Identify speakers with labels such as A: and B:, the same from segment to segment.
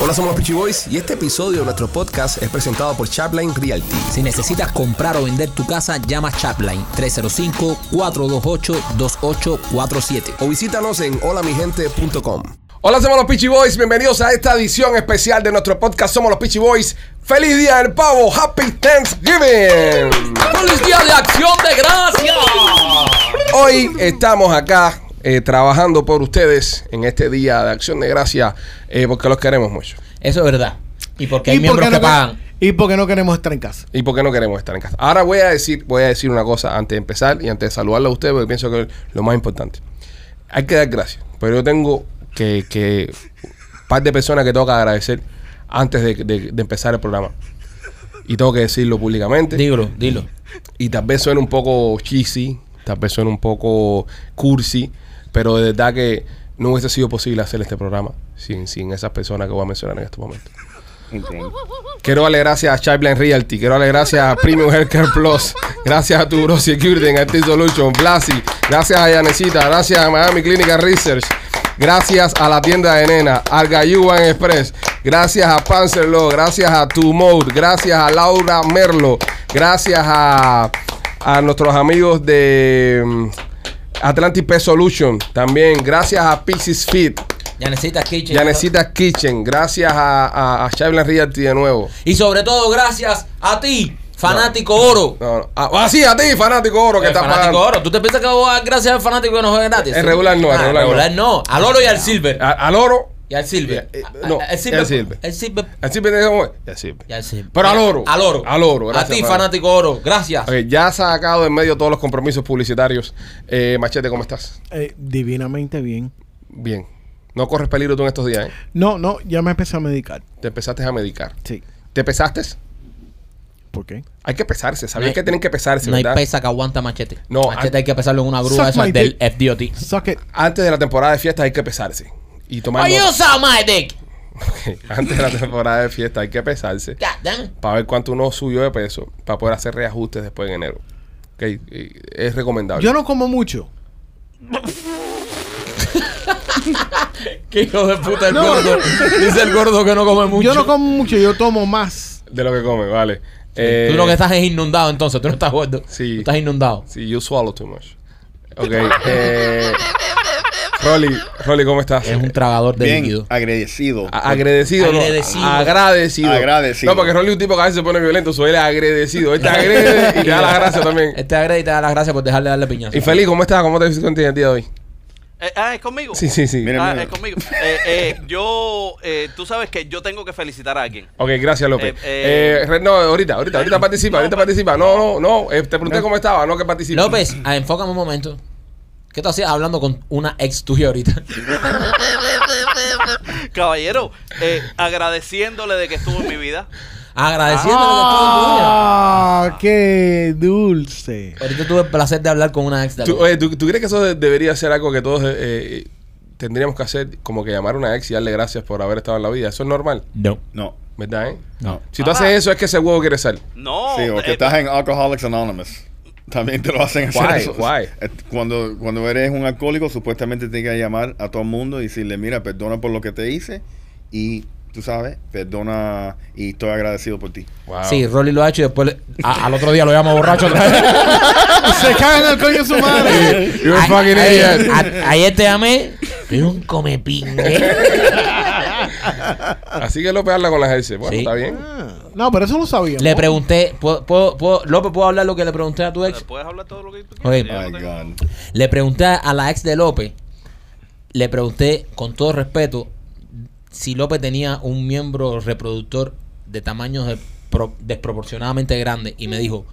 A: Hola, somos los Peachy Boys y este episodio de nuestro podcast es presentado por Chapline Realty.
B: Si necesitas comprar o vender tu casa, llama Chapline 305-428-2847.
A: O visítanos en holamigente.com. Hola, somos los Peachy Boys. Bienvenidos a esta edición especial de nuestro podcast. Somos los Peachy Boys. ¡Feliz Día del Pavo! ¡Happy Thanksgiving!
B: ¡Feliz día de acción de gracias!
A: Hoy estamos acá eh, trabajando por ustedes en este día de acción de gracia eh, porque los queremos mucho.
B: Eso es verdad. Y porque hay
C: por
B: miembros
C: qué
B: que
C: no que-
B: pagan.
C: y porque no queremos estar en casa.
A: ¿Y por qué no queremos estar en casa? Ahora voy a decir, voy a decir una cosa antes de empezar y antes de saludarlo a ustedes, porque pienso que es lo más importante. Hay que dar gracias, pero yo tengo que, que un par de personas que tengo que agradecer antes de, de- de empezar el programa. Y tengo que decirlo públicamente.
B: Dilo, dilo.
A: Y tal vez suene un poco cheesy, tal vez suene un poco cursi, pero de verdad que no hubiese sido posible hacer este programa sin, sin esas personas que voy a mencionar en este estos momentos. Quiero darle gracias a Chapline Realty, quiero darle gracias a Premium Healthcare Plus, gracias a Turo Security en IT Solution, Blasi, gracias a Yanecita, gracias a Miami Clinical Research, gracias a la tienda de Nena, al Gayuban Express, gracias a Panzerlo, gracias a Two Mode, gracias a Laura Merlo, gracias a, a nuestros amigos de mm, Atlantic Pest Solution, también gracias a Pixies Fit,
B: Ya necesitas kitchen.
A: Yanecita Kitchen, gracias a, a, a Chapline Realty de nuevo.
B: Y sobre todo, gracias a ti, fanático oro.
A: No, no. Ah, ah, sí, a ti, fanático oro, que
B: El
A: está
B: fanático
A: pagando.
B: oro. ¿Tú te piensas que voy a dar gracias al fanático que nos juega gratis?
A: El regular no, el
B: Ah,
A: regular no.
B: no. Al oro y al silver.
A: A- al oro.
B: Y al silver.
A: Eh, eh,
B: A-
A: no,
B: a- el silver.
A: el silver.
B: El silver.
A: Así pensamos. Ya sirve.
B: y al silver.
A: Pero al oro.
B: Al oro.
A: Al oro,
B: A
A: gracias,
B: ti,
A: Fran.
B: fanático oro. Gracias.
A: Ok, ya se ha sacado en medio todos los compromisos publicitarios. Eh, Machete, ¿cómo estás?
C: Eh, divinamente bien.
A: Bien. No corres peligro tú en estos días, ¿eh?
C: No, no, ya me empecé a medicar.
A: Te empezaste a medicar.
C: Sí.
A: ¿Te pesaste?
C: ¿Por qué?
A: Hay que pesarse.
B: No
A: Sabías
B: hay-
A: que tienen que pesarse,
B: No hay
A: ¿verdad?
B: pesa que aguanta machete.
A: No,
B: machete
A: hay-
B: hay que pesarlo en una grúa.
C: Suck
B: Eso
C: my
B: es del
C: dick.
B: FDOT.
C: Suck it.
A: Antes de la temporada de fiestas hay que pesarse. Y tomar
B: Are you
A: nota.
B: suck my dick?
A: Antes de la temporada de fiesta hay que pesarse.
B: God damn it.
A: Para ver cuánto uno subió de peso. Para poder hacer reajustes después en enero. Ok, y- Es recomendable.
C: Yo no como mucho.
B: Qué hijo de puta el
C: No.
B: gordo. Dice el gordo que no come mucho.
C: Yo no como mucho, yo tomo más.
A: De lo que come, vale.
B: Tú lo que estás es inundado entonces. Tú no estás gordo.
A: Eh, Sí.
B: Tú estás inundado.
A: Sí, you swallow too much. Ok. Eh, Rolly, Rolly, ¿cómo estás?
B: Es un tragador de
D: Bien,
B: líquido.
D: agradecido.
B: Ah,
A: A- agradecido, ¿no?
B: Agradecido.
A: Agradecido.
D: Agradecido.
A: No, porque Rolly es un tipo que a veces se pone violento. Soy él es agradecido. Él te agrede y te da la gracia también.
B: Este agrede y te da las gracias por dejarle darle piñazo.
A: Y Feliz, ¿cómo estás? ¿Cómo te sientes el día de hoy?
E: Eh, ah, es conmigo.
A: Sí, sí, sí.
D: Mira.
E: Ah, es conmigo. Eh, eh, yo, eh, tú sabes que yo tengo que felicitar a alguien.
A: Ok, gracias, López.
E: Eh, eh,
A: Eh, re- no, ahorita, ahorita, ahorita participa, ahorita participa. No, no, no. eh, te pregunté cómo estaba, no que participa.
B: López, ah, enfócame un momento. ¿Qué tú hacías hablando con una ex tuya ahorita?
E: Caballero, eh, agradeciéndole de que estuvo en mi vida.
B: Agradeciéndole
C: Ah, qué dulce.
B: que estuvo en tu vida. Ahorita tuve el placer de hablar con una ex de
A: ¿Tú,
B: López.
A: oye, ¿tú, tú crees que eso de- debería ser algo que todos eh, eh, tendríamos que hacer? Como que llamar a una ex y darle gracias por haber estado en la vida. Eso es normal,
B: No.
D: No.
A: ¿verdad? eh?
B: No.
A: Si tú
E: Ah.
A: haces eso, es que ese huevo quiere sal.
E: No.
D: Sí, o que
E: eh,
D: estás en Alcoholics Anonymous. También te lo hacen hacer
A: Guay,
D: eso.
A: guay.
D: Eh, Cuando, cuando eres un alcohólico, supuestamente tienes que llamar a todo el mundo y decirle, mira, perdona por lo que te hice y, tú sabes, perdona y estoy agradecido por ti.
A: Wow.
B: Sí, Rolly lo ha hecho y después le- a- al otro día lo llamo borracho otra vez.
C: Se cagan al coño de su madre.
A: You're a
B: Ay-
A: fucking
B: ayer-
A: idiot.
B: a- Ayer te llamé. Era un comepingue.
A: Así que López habla con las ex. Bueno,
B: Sí.
A: está bien.
C: Ah, No, pero eso lo sabíamos.
B: Le pregunté, ¿puedo, puedo, puedo- López, ¿puedo hablar lo que le pregunté a tu ex?
E: eh, Puedes hablar todo lo que tú
B: Oye,
E: quieras. Yo no
D: My
E: tengo-
D: God.
B: Le pregunté a la ex de López, le pregunté con todo respeto si López tenía un miembro reproductor de tamaño de- pro- desproporcionadamente grande y me dijo,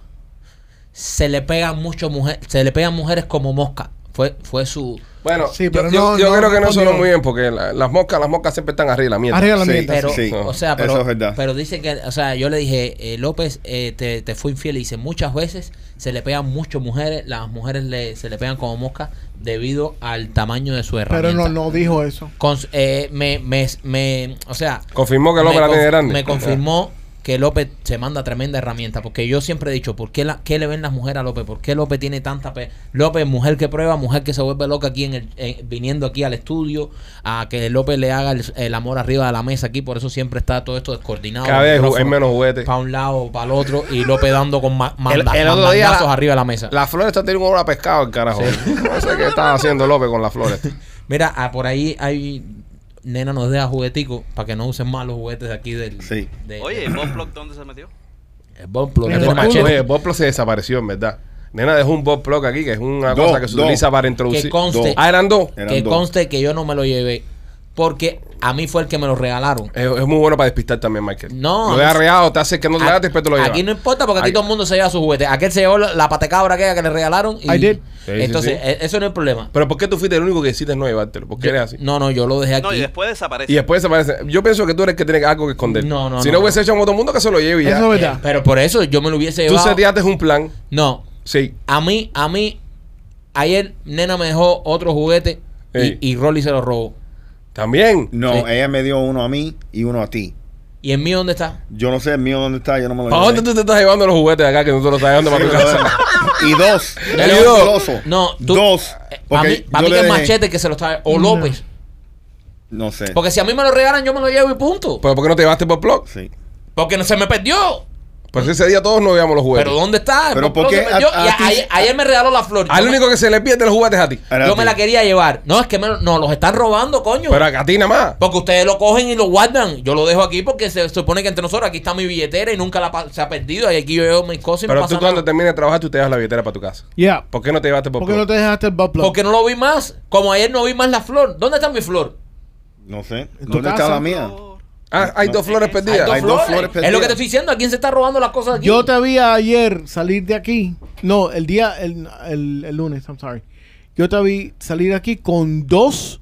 B: se le pegan mucho mujer, se le pegan mujeres como mosca. Fue, fue su...
A: Bueno,
C: Sí,
A: yo-
C: pero
A: yo,
C: no-
A: yo
C: no
A: creo que no sonó
C: respondió.
A: muy bien porque la- las moscas, las moscas siempre están arriba, de la mierda.
C: Arriba la
D: Sí.
C: mierda.
B: Pero,
D: sí.
B: o sea, pero,
D: Eso es verdad.
B: pero dice que, o sea, yo le dije, eh, López, eh, te, te fue infiel. Y dice, muchas veces se le pegan muchas mujeres, las mujeres le, se le pegan como mosca debido al tamaño de su herramienta.
C: Pero no, no dijo eso.
B: Cons- eh, me, me, me, o sea,
A: Confirmó que
B: me
A: López la
B: conf-
A: tiene grande.
B: me confirmó que López se manda tremenda herramienta. Porque yo siempre he dicho, ¿por qué, la, qué le ven las mujeres a López? ¿Por qué López tiene tanta... pe- López, mujer que prueba, mujer que se vuelve loca aquí en el, en- viniendo aquí al estudio, a que López le haga el, el amor arriba de la mesa aquí. Por eso siempre está todo esto descoordinado.
A: Cada vez hay menos juguetes.
B: Para un lado, para el otro. Y López dando con ma-
A: El-
B: manda-
A: el otro día
B: mandazos
A: la-
B: arriba de la mesa.
A: La flor está teniendo un olor a pescado, el carajo. No sé qué está haciendo López con la flores.
B: Mira, ah, por ahí hay... Nena nos deja juguetico para que no usen más los juguetes de aquí del...
D: Sí.
B: de-
E: Oye, Bob Block, ¿dónde se metió?
B: El Bob Plug,
C: El
B: el
C: Bob
B: machete.
A: Oye, el Bob Plug se desapareció, en verdad. Nena dejó un Bob Plug aquí, que es una
D: Dos,
A: cosa que se
D: dos. Eh.
A: utiliza para introducir.
B: Que conste.
A: Ah, eran dos.
D: Eran
B: que
D: dos.
B: conste que yo no me lo llevé. Porque a mí fue el que me lo regalaron.
A: Es, es muy bueno para despistar también, Michael.
B: No,
A: Lo he
B: no sé.
A: arreado, te hace que no te
B: A-
A: gates, pero te lo llevas.
B: aquí no importa porque aquí
A: Ay.
B: todo el mundo se lleva sus juguetes. Aquel se llevó la, la patecabra aquella que le regalaron. Y,
C: I did.
A: sí,
B: Entonces,
A: sí.
B: e- eso no es el problema.
A: Pero ¿por qué tú fuiste el único que hiciste no llevártelo? ¿Por qué
B: Yo-
A: eres así?
B: No, no, yo lo dejé aquí.
E: No, y después desaparece.
A: Y después desaparece. Yo pienso que tú eres el que tiene algo que esconder.
B: No, no,
A: Si
B: no,
A: no,
B: no.
A: hubiese hecho como todo el mundo que se lo lleve y ya.
C: Eso es
B: Eh,
C: verdad.
B: Pero por eso yo me lo hubiese
A: tú
B: llevado.
A: seteaste un plan.
B: No,
A: Sí.
B: a mí, a mí, ayer nena me dejó otro juguete y-
A: Ey.
B: y, Rolly se lo robó.
A: También.
D: No,
B: Sí.
D: ella me dio uno a mí y uno a ti.
B: ¿Y el mío dónde está?
D: Yo no sé el mío dónde está, yo no me lo
A: ¿Para dónde tú te estás llevando los juguetes acá que no te los estás llevando para tu casa?
D: Y dos.
A: Él
D: Yo
A: y dos.
D: celoso.
B: No, tú-
D: Dos.
B: Para Eh, mí,
D: porque
B: pa'
D: yo
B: mí
D: le
B: que es
D: dejé-
B: Machete que se lo está. O López.
D: No sé.
B: Porque si a mí me lo regalan, yo me lo llevo y punto.
A: ¿Pero por qué no te llevaste por blog?
D: Sí.
B: Porque no se me perdió.
A: Pues ese día todos no llevamos los juguetes.
B: Pero ¿dónde está? El
D: Pero
B: Bob
D: ¿por qué
B: Ross se metió
D: a- a
B: y a-
D: ti-
B: ayer, ayer me regaló la flor.
A: Al
B: yo
A: único que se le pierde los juguetes a ti.
B: me,
D: Ahora
B: yo
D: a
B: me
D: ti.
B: la quería llevar. No, es que me, lo- no, los están robando, coño.
A: Pero acá a ti nada más.
B: porque ustedes lo cogen y lo guardan. Yo lo dejo aquí porque se supone que entre nosotros aquí está mi billetera y nunca la pa- se ha perdido. Y aquí yo llevo mis cosas y no
A: Pero
B: pasa
A: tú cuando
B: nada.
A: termines de trabajar, tú te llevas la billetera para tu casa.
C: Yeah.
A: ¿Por qué no te llevaste por
C: ¿Por qué
A: blog?
C: no te dejaste el butt plug?
B: Porque no lo vi más. Como ayer no vi más la flor. ¿Dónde está mi flor?
D: No sé.
C: tu
D: ¿Dónde
C: casa?
D: está la mía?
A: Ah, hay dos flores
B: Hay
A: perdidas.
B: dos
D: Hay dos
B: flores.
D: flores
B: es lo
D: perdidas.
B: que te estoy diciendo. ¿A quién se está robando las cosas aquí?
C: Yo te vi ayer salir de aquí. No, el día, el, el- el lunes, I'm sorry. Yo te vi salir de aquí con dos,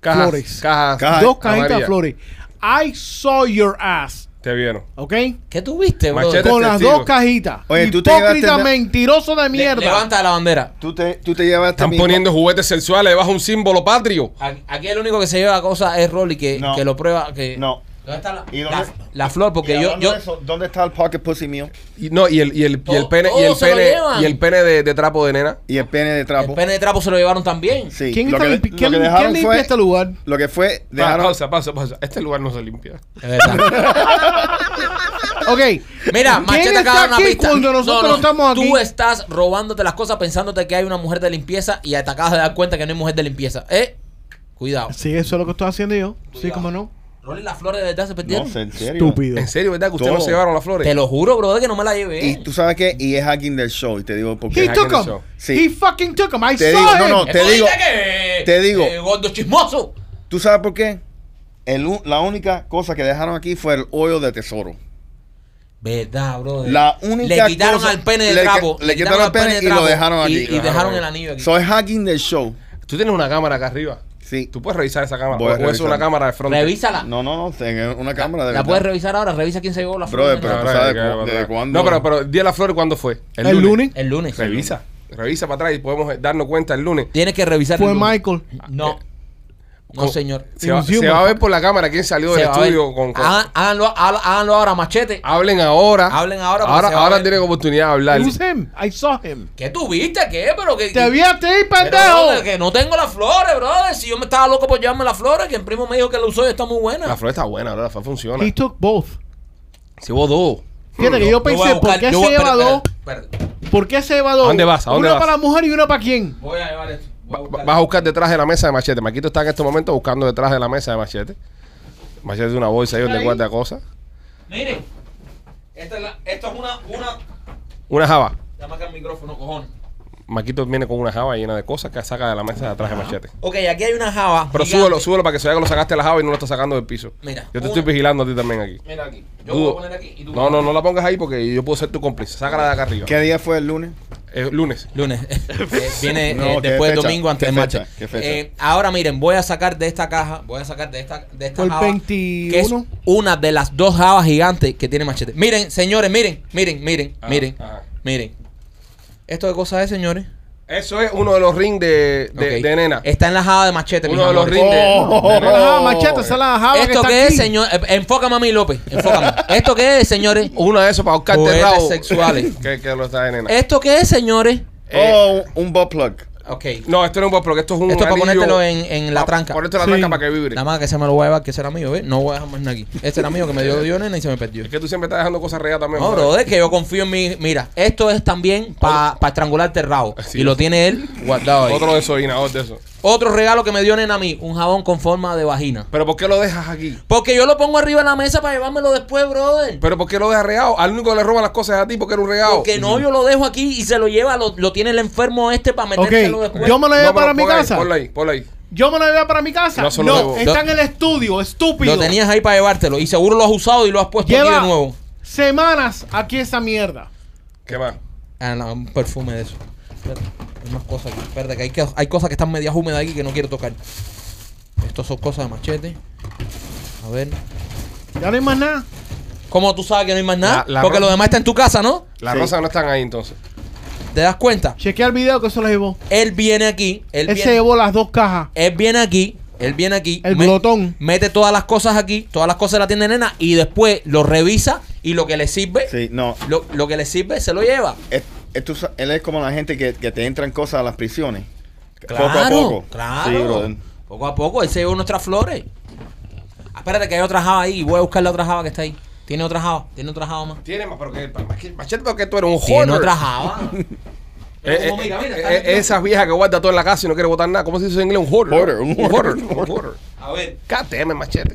A: cajas,
C: flores.
A: Cajas.
D: Cajas.
C: dos cajitas de
A: amarillas.
C: flores. Este I saw your ass,
A: Te vieron.
C: ¿ok?
B: ¿Qué tuviste, bro?
A: Machete. Eres
C: Con las
A: testigo.
C: dos cajitas.
D: Oye, tú te
C: Hipócrita,
D: llevaste na-
C: mentiroso de
B: Le-
C: mierda.
B: levanta la bandera.
D: Tú te, tú te llevaste
A: Están
D: mi-
A: poniendo juguetes sexuales debajo de un símbolo patrio.
B: Aquí aquí el único que se lleva cosa es Rolly que,
D: No.
B: que lo prueba que
D: No.
B: ¿Dónde está la,
D: ¿Y dónde-
B: la, la flor?
D: Y
B: Porque yo,
D: hablando
B: yo
D: de eso, ¿Dónde está el pocket pussy mío?
A: Y, no, y el, y el, y el
B: Todo-
A: pene, y el
B: todos Oh, se lo
A: pene,
B: llevan.
A: y el pene de, de trapo de nena.
D: Y el pene de
B: el
D: trapo.
B: pene de trapo se lo llevaron también.
D: Sí.
C: ¿Quién,
D: lo
C: está
D: que le-
C: limpi-
D: lo
C: quién-
D: que
C: quién
D: dejaron
C: limpia
D: fue-
C: este lugar?
D: Lo que fue,
A: Pa-
B: Ah,
D: dejaron.
A: Pausa, pausa, pausa. Este lugar no se limpia.
B: Es verdad.
C: Ok.
B: Mira,
C: ¿Quién
B: Machete
C: está
B: acaba de dar
C: aquí
B: una pista.
C: cuando nosotros no estamos aquí?
B: Tú estás robándote las cosas pensándote que hay una mujer de limpieza y te acabas de dar cuenta que no hay mujer de limpieza. Eh, cuidado.
C: Sí, eso es lo que estoy haciendo yo. Sí,
B: Cuidado.
C: como no.
B: Rolly, las flores de verdad se
D: No
B: perdieron.
D: sé, en serio.
C: Estúpido.
A: En serio, ¿verdad? Que ustedes no
D: Todo.
A: se llevaron las
B: Te
A: flores.
B: lo juro, brother, que no me la llevé.
D: Y tú sabes qué, y es hacking del show. Y te digo por
C: He
D: qué.
A: Qué
C: took
A: hacker
C: him.
D: Sí.
C: He fucking took him. I
D: Te
C: saw
D: digo, no,
C: him.
D: no,
B: ¿Qué
D: te
B: tú
D: digo,
B: dices que-
D: te digo.
B: eh, gordo chismoso.
D: ¿Tú sabes por qué? El u- la única cosa que dejaron aquí fue el hoyo de tesoro.
B: Verdad, brother.
D: La única
B: Le quitaron
D: cosa-
B: al pene de
D: le-
B: trapo.
D: le quitaron al pene
B: de
D: y lo
B: trapo
D: dejaron aquí.
B: Y, y
D: Claro.
B: dejaron el anillo aquí.
D: So es hacking del show.
A: Tú tienes una cámara acá arriba.
D: Sí.
A: Tú puedes revisar esa cámara.
D: Voy a
A: O- O es
D: revisar.
A: una cámara de frente.
B: Revísala.
D: No, no, no, tengo una cámara de
B: la
D: verdad.
B: puedes revisar ahora. Revisa quién se llevó la
D: Brother,
B: flor.
D: pero-
A: Ahora,
D: ¿sabes
A: ya,
D: cu-
A: ya,
D: de
A: ya.
D: cuándo?
A: Ah, No, pero, pero día de las flores, ¿cuándo fue?
C: El, lunes
B: El lunes.
A: Revisa. Revisa para atrás y podemos darnos cuenta el lunes.
B: Tienes que revisar
C: fue
B: el lunes.
C: Michael.
B: No. No,
A: Con-
B: señor.
A: Se va,
C: Consumer.
A: se va a ver por la cámara quién salió
B: Se
A: del
B: va a ver.
A: estudio con, con-
B: Hagan- háganlo, háganlo- háganlo ahora, machete.
A: Hablen ahora.
B: Hablen ahora, porque
A: Ahora,
B: se va a
A: ahora
B: ver.
A: tienen oportunidad de hablar.
C: It was him. I saw him.
B: ¿Qué tuviste? ¿Qué? Pero que.
C: Te vi a ti,
B: pero, brother,
C: pendejo.
B: que no tengo las flores, brother. Si yo me estaba loco por llevarme las flores, que el primo me dijo que la usó y está muy buena.
A: La flor está buena, ahora la flor funciona.
C: He took both.
A: Se hubo dos.
C: Fíjate que yo
B: Yo voy a
C: pensé, ¿por
B: buscar-
C: qué
B: yo
C: se
B: voy-
C: lleva
B: espera,
C: dos?
B: espera, espera.
C: ¿Por qué se lleva dos?
A: ¿A dónde vas? ¿A dónde
C: una
A: vas?
C: para la mujer y una para quién.
B: Voy a llevar esto. Voy a
A: Va- va-
B: buscar.
A: vas a buscar detrás de la mesa de Machete. Maquito está en este momento buscando detrás de la mesa de Machete. Machete tiene una bolsa ahí donde
C: Ahí.
A: guarda cosas.
B: Mire, esta es, la- esta es una, una.
A: Una java.
B: Dame acá el micrófono, cojón.
A: Maquito viene con una java llena de cosas que saca de la mesa de atrás de Machete.
B: Ok, aquí hay una java.
A: Pero
B: gigante.
A: súbelo, súbelo para que se vea que lo sacaste de la java y no lo estás sacando del piso.
B: Mira,
A: Yo te
B: una-
A: estoy vigilando a ti también aquí.
B: Mira aquí. Yo
A: Dudo.
B: voy a poner aquí y tú.
A: No, no, no la pongas ahí porque yo puedo ser tu cómplice. Sácala de acá arriba.
D: ¿Qué día fue el lunes?
A: Eh, lunes.
B: Lunes. Eh, viene eh,
D: No, ¿qué
B: después
D: fecha?
B: domingo antes
D: ¿Qué
B: de marcha.
D: fecha? ¿Qué fecha?
B: Eh, ahora miren, voy a sacar de esta caja, voy a sacar de esta de esta
C: Por
B: java,
C: 21.
B: que es una de las dos jabas gigantes que tiene Machete. Miren, señores, miren, miren, miren,
A: Ah, Ajá,
B: miren.
A: ajá.
B: Miren. Esto de cosa es, señores.
A: Eso es uno de los rings de, de,
B: Ok.
A: de nena.
B: Está enlajada de machete, mis
A: Uno de los
B: amores.
A: rings de,
D: Oh.
A: de
C: No
A: nena.
C: la java machete, esa es la
B: ¿Esto
C: java Ah, que
B: qué
C: está
B: es,
C: aquí.
B: señor? Eh, Enfócame a mí, López. Enfócame. ¿Esto qué es, señores?
A: Uno de esos para buscarte
B: Juguetes
A: rabo.
B: sexuales.
A: que, que lo está de nena.
B: ¿Esto qué es, señores?
D: Oh, un butt plug.
B: Ok.
A: No, esto no es un porque esto es un
B: Esto para
A: anillo-
B: ponértelo en, en la
A: pa-
B: tranca.
A: Ponértelo en la
C: Sí.
A: tranca para que vibre.
B: Nada más que se me lo voy a llevar, que será mío, ¿ves? No voy a dejar más nada aquí. Este era mío que me dio yo nena y se me perdió.
A: Es que tú siempre estás dejando cosas regadas también.
B: No,
A: brother.
B: brother, que yo confío en mí. Mira, esto es también para estrangularte el rabo.
A: Así
B: Y lo
A: es.
B: tiene él guardado ahí.
A: Otro desorinador de eso.
B: Otro regalo que me dio nena a mí, un jabón con forma de vagina.
A: Pero ¿por qué lo dejas aquí?
B: Porque yo lo pongo arriba de la mesa para llevármelo después, brother.
A: ¿Pero por qué lo dejas regado? Al único que le roban las cosas es a ti porque era un regado.
B: Porque no, yo lo dejo aquí y se lo lleva, lo, lo tiene el enfermo este para metértelo
C: Ok,
B: después.
C: yo me
A: No,
C: lo llevé
A: pero
C: para mi
A: ponla ahí,
C: casa.
A: Ponla ahí, ponla ahí.
C: Yo me lo llevé para mi casa.
A: No,
C: No,
A: eso lo debo.
C: está
B: Lo-
C: en el estudio, estúpido.
B: Lo tenías ahí para llevártelo y seguro lo has usado y lo has puesto aquí
C: Lleva
B: de nuevo.
C: semanas aquí esa mierda.
A: ¿Qué más?
B: Ah, no, un perfume de eso. Espérate, hay más cosas aquí. Espérate, que hay, que hay cosas que están medias húmedas aquí que no quiero tocar. Estos son cosas de machete. A ver.
C: Ya no hay más nada.
B: ¿Cómo tú sabes que no hay más nada?
A: La- la
B: Porque
A: ro-
B: lo demás está en tu casa, ¿no?
A: Las
D: Sí.
A: rosas no están ahí entonces.
B: ¿Te das cuenta?
C: Chequea el video que eso lo llevó.
B: Él viene aquí. Él,
C: Él se
B: viene,
C: llevó las dos cajas.
B: él viene aquí. Él viene aquí.
C: El
B: me-
C: glotón.
B: Mete todas las cosas aquí. Todas las cosas de la tienda de nena. Y después lo revisa. Y lo que le sirve.
D: Sí, no.
B: Lo, lo que le sirve se lo lleva.
D: Es- es tú sa- él es como la gente que, que te entran cosas a las prisiones.
B: Claro,
D: poco a poco.
B: Claro.
D: Sí, brother.
B: Poco a poco, él se llevó nuestras flores. Ah, Espérate que hay otra java ahí. Voy a buscar la otra java que está ahí. Tiene otra java, tiene otra java más.
A: Tiene más, pero que machete porque tú eres un
B: Tiene
A: hoarder.
B: otra java.
A: Eh,
B: Pero
A: eh,
B: como mira,
A: eh,
B: mira, está
A: eh,
B: metido.
A: esas viejas que guarda todo en la casa y no quiere botar nada. ¿Cómo se dice en inglés? Un hoarder.
D: Hoarder, un
A: un hoarder.
D: hoarder,
A: Un
D: un hoarder.
A: hoarder.
B: A ver.
A: KTM machete.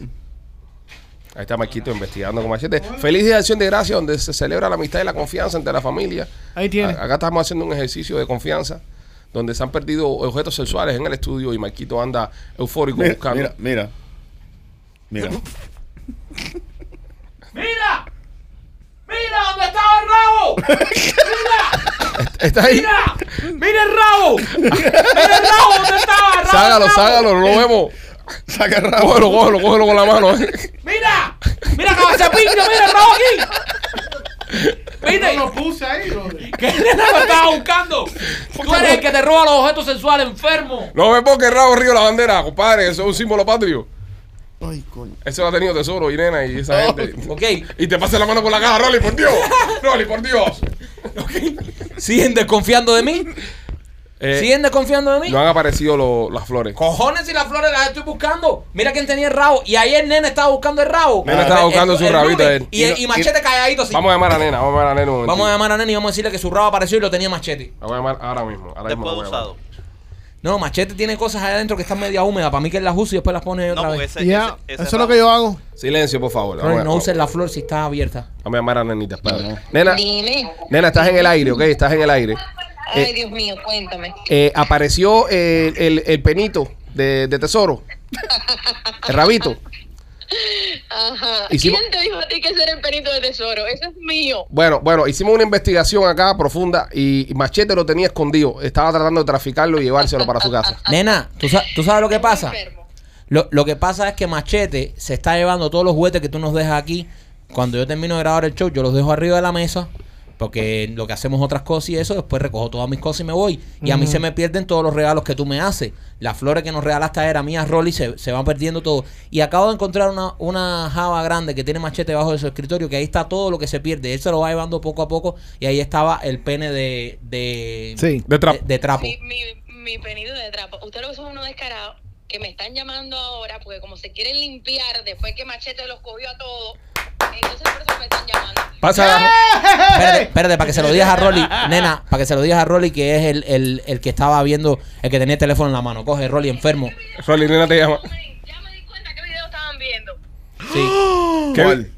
A: Ahí está Marquito investigando con machete. Feliz día de acción de gracia donde se celebra la amistad y la confianza entre la familia.
C: Ahí tiene.
A: A- Acá estamos haciendo un ejercicio de confianza donde se han perdido objetos sexuales en el estudio y Marquito anda eufórico
D: Mira,
A: buscando.
D: mira, mira. Mira.
B: ¡Mira dónde estaba el rabo!
A: Está ahí.
B: ¡Mira el rabo! ¡Mira el rabo dónde estaba! el rabo,
A: Ságalo,
B: el rabo!
A: ságalo, lo vemos.
D: Saca el rabo.
A: Cógelo, cógelo, cógelo con la mano. eh.
B: ¡Mira! ¡Mira cómo se pinta! ¡Mira el rabo aquí! ¿Viste?
C: lo puse ahí, brother.
B: ¿Qué nena me estaba buscando? Tú eres el que te roba los objetos sensuales, enfermo.
A: No me pongas el rabo río la bandera, compadre. Eso es un símbolo patrio.
D: Ay, coño.
A: Eso ha tenido tesoro y nena y esa gente.
B: Ok,
A: Y te pasa la mano por la cara, Rolly, por Dios. Rolly, por Dios.
B: siguen desconfiando de mí.
A: Eh,
B: Siguen desconfiando de mí.
A: no han aparecido lo- las flores.
B: Cojones y las flores las estoy buscando. Mira quién tenía el rabo. Y ayer nene estaba buscando el rabo.
A: Nena estaba
B: El-
A: buscando su rabito
B: lunes.
A: de él.
B: Y, y machete calladito así.
A: Vamos
B: Vamos
A: a llamar a nena, vamos a llamar a nena. un
B: a,
A: momentito.
B: llamar a nene y vamos a decirle que su rabo apareció y lo tenía machete.
A: La voy a llamar ahora mismo. Ahora mismo
E: Después de
A: la voy a llamar.
E: usado.
B: No, machete tiene cosas allá adentro que están media húmedas. Para mí que él las usa y después las pone
E: No,
B: otra
E: porque
B: vez.
E: ese,
C: Ya,
E: ese- ese
C: eso es lo
E: rabo-
C: que yo hago.
A: Silencio, por favor.
B: No,
A: Vamos, a-
B: no usen la flor si está abierta.
A: vamos a llamar a nenita. espérate.
D: Ajá.
A: Nena,
F: Dime.
A: nena, estás en el aire, ¿ok? Estás en el aire.
F: Ay, Dios mío, cuéntame.
A: Eh, apareció el, el- el penito de, de tesoro. El rabito.
F: Ajá.
A: y si-
F: ¿Quién te dijo a ti que ese era el perito de tesoro? Ese es mío.
A: Bueno, bueno, hicimos una investigación acá profunda y y Machete lo tenía escondido. Estaba tratando de traficarlo y llevárselo para su casa.
B: Nena, ¿tú, sa- tú sabes lo que pasa?
F: Enfermo.
B: Lo, lo que pasa es que Machete se está llevando todos los juguetes que tú nos dejas aquí. Cuando yo termino de grabar el show, yo los dejo arriba de la mesa. Porque lo que hacemos otras cosas y eso, después recojo todas mis cosas y me voy. Y a mí se me pierden todos los regalos que tú me haces. Las flores que nos regalaste ayer a mí, a Rolly, se, se van perdiendo todo. Y acabo de encontrar una, una java grande que tiene machete debajo de su escritorio, que ahí está todo lo que se pierde. Él se lo va llevando poco a poco. Y ahí estaba el pene de. de
C: Sí.
A: De trapo.
B: de- de trapo.
F: Mi, mi, mi penito de trapo. Ustedes lo que son unos descarados que me están llamando ahora porque como se quieren limpiar después que Machete los cogió a todos, entonces por eso me están llamando.
A: Pasa.
B: Espérate, espérate, para que se lo digas a Rolly, nena, para que se lo digas a Rolly, que es el, el, el que estaba viendo, el que tenía el teléfono en la mano. Coge, Rolly, enfermo.
A: Rolly, nena te llama.
F: Hombre, Ya me di cuenta qué video estaban viendo.
B: Sí.
A: ¿Qué?
D: ¿Cuál?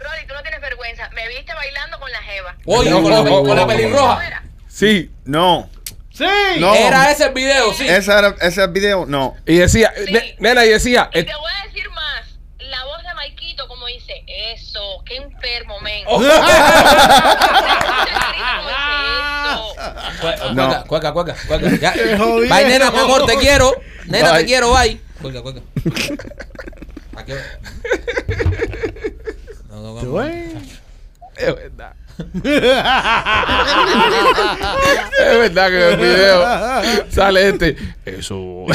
F: Rolly, tú no tienes vergüenza. Me viste bailando con la jeva.
B: Oye,
A: No,
B: con, la,
A: no,
B: con la
A: no,
B: pelirroja.
F: Fuera.
A: Sí.
D: No.
C: Sí.
D: No.
B: Era ese el video, sí.
D: ¿Esa era, ese era el video? No.
A: Y decía,
F: Sí.
A: ne- nena, y decía,
F: Y
A: eh,
F: te voy a decir más. La voz de Maikito, como dice, eso, qué enfermo, men.
B: Oh. Cue-
D: No.
B: Cueca, cueca, cueca, cueca. Ya.
C: jodido.
B: Bye, nena, mi amor, te quiero. Nena, te
D: Bye.
B: quiero, bye. Cueca, cueca. ¿A qué hora? No, no,
C: Se
B: vamos.
C: fue.
A: es verdad. Es verdad que en el video sale este. Eso.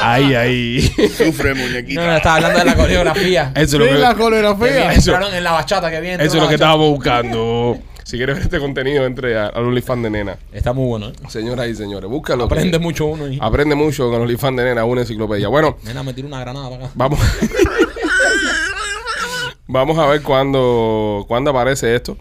A: Ahí, ahí.
D: Sufre,
B: No,
D: muñequita.
B: no, estaba hablando de la coreografía.
A: Eso es lo
C: Sí, la
A: que,
C: coreografía.
A: Eso-
B: Entraron en la bachata que viene.
A: eso es lo que
B: entraron
A: estábamos buscando. Si quieres ver este contenido, entre a- al OnlyFans de nena.
B: en la bachata. Está muy bueno. ¿eh?
A: Señoras y señores, búscalo.
B: Aprende mucho uno. Y...
A: Aprende mucho con OnlyFans de nena, una enciclopedia. Bueno,
B: Nena, me tiro una granada para acá.
A: Vamos. Vamos a ver cuándo, cuándo aparece esto.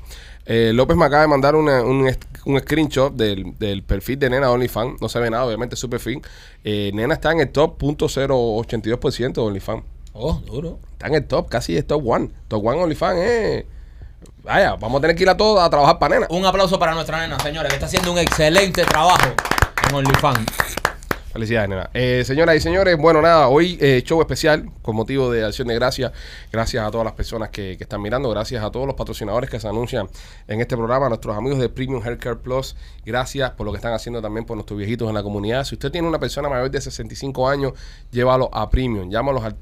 A: Eh, López me acaba de mandar una- un, est- un screenshot del, del perfil de Nena OnlyFans. No se ve nada, obviamente, es su perfil. Eh, Nena está en el top .082% de OnlyFans.
B: Oh, duro.
A: Está en el top, casi es top one. Top one OnlyFans, eh. Vaya, vamos a tener que ir a todos a trabajar para Nena.
B: Un aplauso para nuestra nena, señora, que está haciendo un excelente trabajo en OnlyFans.
A: Felicidades, nena. Eh, señoras y señores, bueno, nada, hoy eh, show especial con motivo de Acción de Gracias. Gracias a todas las personas que, que están mirando, gracias a todos los patrocinadores que se anuncian en este programa, a nuestros amigos de Premium Healthcare Plus. Gracias por lo que están haciendo también por nuestros viejitos en la comunidad. Si usted tiene una persona mayor de 65 años, llévalo a Premium. Llámalos al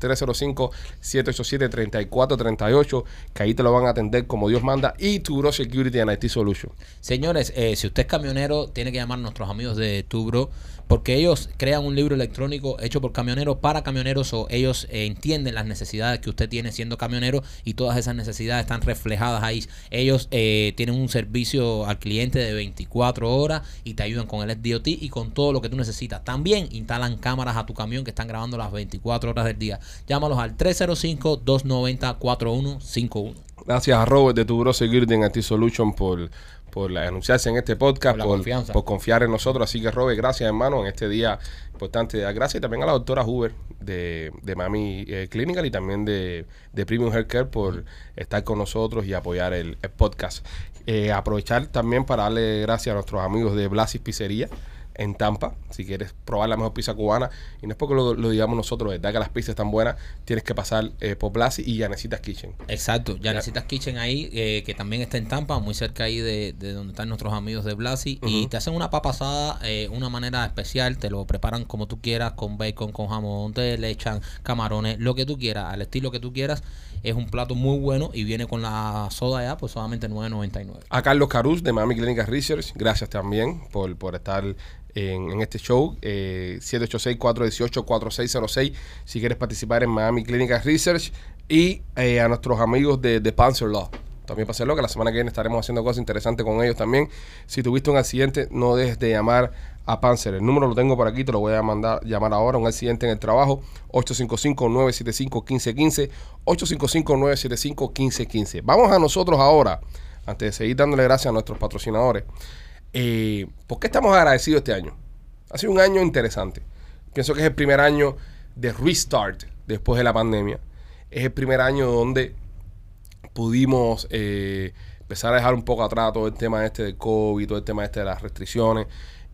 A: 305-787-3438, que ahí te lo van a atender como Dios manda. Y Turo Security and IT Solution.
B: Señores, eh, si usted es camionero, tiene que llamar a nuestros amigos de Tubro, porque ellos crean un libro electrónico hecho por camioneros para camioneros, o ellos eh, entienden las necesidades que usted tiene siendo camionero y todas esas necesidades están reflejadas ahí. Ellos eh, tienen un servicio al cliente de 24 horas y te ayudan con el SDOT y con todo lo que tú necesitas. También instalan cámaras a tu camión que están grabando las 24 horas del día. Llámalos al 305-290-4151.
A: Gracias a Robert de Tubro Security en Antisolution por, por la- anunciarse en este podcast,
B: Por la
A: por,
B: confianza.
A: por confiar en nosotros. Así que Robert, gracias hermano en este día importante. Ah, Gracias Y también a la doctora Hoover de, de Mami eh, Clinical y también de, de Premium Healthcare por estar con nosotros y apoyar el, el podcast. Eh, aprovechar también para darle gracias a nuestros amigos de Blasis Pizzería en Tampa, si quieres probar la mejor pizza cubana, y no es porque lo, lo digamos nosotros, verdad que las pizzas están buenas, tienes que pasar eh, por Blasis y Yanecitas Kitchen.
B: Exacto, ya necesitas Kitchen ahí, eh, que también está en Tampa, muy cerca ahí de, de donde están nuestros amigos de Blasi. Y
A: Ujú.
B: te hacen una papa asada, eh, una manera especial, te lo preparan como tú quieras, con bacon, con jamón, te le echan camarones, lo que tú quieras, al estilo que tú quieras. Es un plato muy bueno y viene con la soda ya, pues solamente 9.99.
A: A Carlos Caruz de Miami Clinical Research, gracias también por, por estar en, en este show. Eh, 786-418-4606 si quieres participar en Miami Clinical Research. Y eh, a nuestros amigos de, de Panzer Law. También para hacerlo, que la semana que viene estaremos haciendo cosas interesantes con ellos también. Si tuviste un accidente, no dejes de llamar a Panzer. El número lo tengo por aquí, te lo voy a mandar llamar ahora. Un accidente en el trabajo, 855-975-1515. 855-975-1515. Vamos a nosotros ahora antes de seguir dándole gracias a nuestros patrocinadores, eh, ¿por qué estamos agradecidos este año? Ha sido un año interesante. Pienso que es el primer año de restart después de la pandemia. Es el primer año donde pudimos eh, empezar a dejar un poco atrás todo el tema este del COVID, todo el tema este de las restricciones.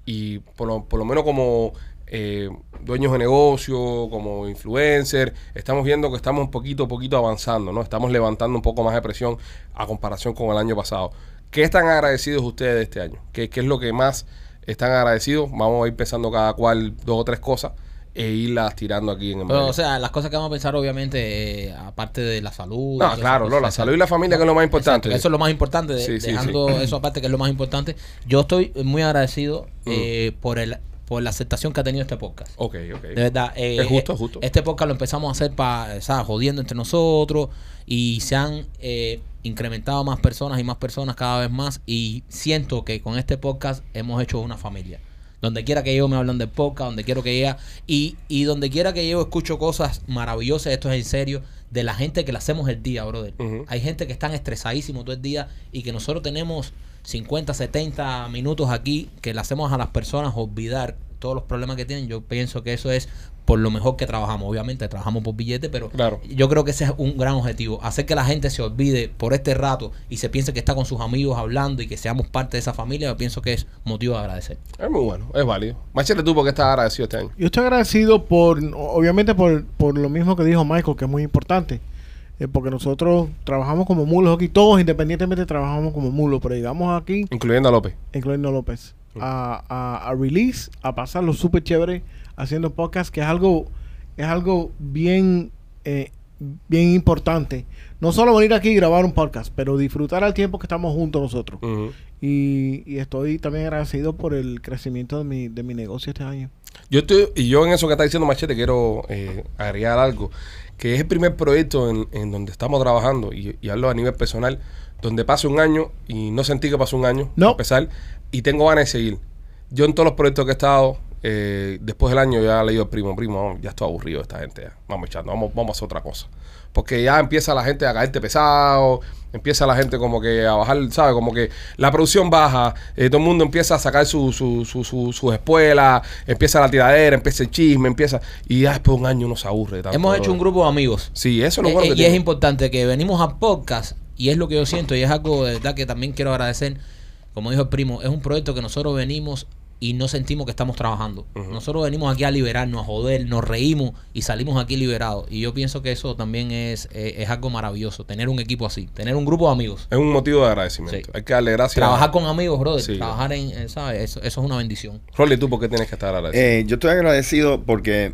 A: Y por lo, por lo menos como eh, dueños de negocio, como influencer, estamos viendo que estamos un poquito, poquito avanzando, ¿no? Estamos levantando un poco más de presión a comparación con el año pasado. ¿Qué están agradecidos ustedes de este año? ¿Qué, qué es lo que más están agradecidos? Vamos a ir pensando cada cual dos o tres cosas e irlas tirando aquí en el
B: Pero,
A: medio.
B: o sea, las cosas que vamos a pensar, obviamente, eh, aparte de la salud.
A: no, claro, no, la salud y la familia que es lo más importante.
B: Exacto, eso es lo más importante, de-
A: Sí, sí,
B: dejando eso aparte que es lo más importante. Yo estoy muy agradecido
A: Mm.
B: eh, por el por la aceptación que ha tenido este podcast.
A: Ok, ok.
B: De verdad, eh,
A: Es justo,
B: eh,
A: es justo.
B: Este podcast lo empezamos a hacer para, jodiendo entre nosotros y se han eh, incrementado más personas y más personas cada vez más y siento que con este podcast hemos hecho una familia. Donde quiera que yo me hablan del podcast, donde quiero que ella y, y donde quiera que yo escucho cosas maravillosas, esto es en serio, de la gente que le hacemos el día, brother.
A: Ujú.
B: Hay gente que están estresadísimo todo el día y que nosotros tenemos 50, 70 minutos aquí que le hacemos a las personas olvidar todos los problemas que tienen. Yo pienso que eso es por lo mejor que trabajamos. Obviamente trabajamos por billete, pero
A: Claro.
B: yo creo que ese es un gran objetivo. Hacer que la gente se olvide por este rato y se piense que está con sus amigos hablando y que seamos parte de esa familia, yo pienso que es motivo de agradecer.
A: Es muy bueno, es válido. Machete, tú porque estás agradecido este año.
C: Yo estoy agradecido por, obviamente, por, por lo mismo que dijo Michael, que es muy importante. Eh, porque nosotros trabajamos como mulos aquí, todos independientemente trabajamos como mulos, pero llegamos aquí,
A: Incluyendo a López.
C: incluyendo López, a, a, a release, a pasarlo súper chévere haciendo podcast, que es algo, es algo bien eh, bien importante. No solo venir aquí y grabar un podcast, pero disfrutar al tiempo que estamos juntos nosotros.
A: Ujú.
C: Y, y estoy también agradecido por el crecimiento de mi, de mi negocio este año.
A: Yo estoy, y yo en eso que está diciendo Machete quiero eh, agregar algo, que es el primer proyecto en, en donde estamos trabajando, y, y hablo a nivel personal, donde pasa un año y no sentí que pasó un año,
C: No.
A: a empezar, y tengo ganas de seguir. Yo en todos los proyectos que he estado, eh, después del año ya he leído primo, primo, vamos, ya estoy aburrido de esta gente, ya. vamos echando, vamos, vamos a hacer otra cosa. Porque ya empieza la gente a caerte pesado, empieza la gente como que a bajar, ¿sabes? Como que la producción baja, eh, todo el mundo empieza a sacar su- su- su- su- sus espuelas, empieza la tiradera, empieza el chisme, empieza... Y ya después de un año uno se aburre. de tanto
B: Hemos hecho
A: dolor.
B: un grupo de amigos.
A: Sí, eso es lo
B: Eh,
A: bueno
B: eh,
A: que
B: y es
A: tiene.
B: importante que venimos a podcast y es lo que yo siento y es algo de verdad que también quiero agradecer. Como dijo el primo, es un proyecto que nosotros venimos y no sentimos que estamos trabajando.
A: Ujú.
B: Nosotros venimos aquí a liberarnos, a joder, nos reímos y salimos aquí liberados. Y yo pienso que eso también es, eh, es algo maravilloso, tener un equipo así, tener un grupo de amigos.
A: Es un motivo de agradecimiento.
B: Sí.
A: Hay que darle gracias.
B: Trabajar con amigos, brother.
A: Sí.
B: Trabajar en, eh, ¿sabes? Eso, eso es una bendición.
A: Rolly, ¿tú por qué tienes que estar agradecido?
D: Eh, yo estoy agradecido porque,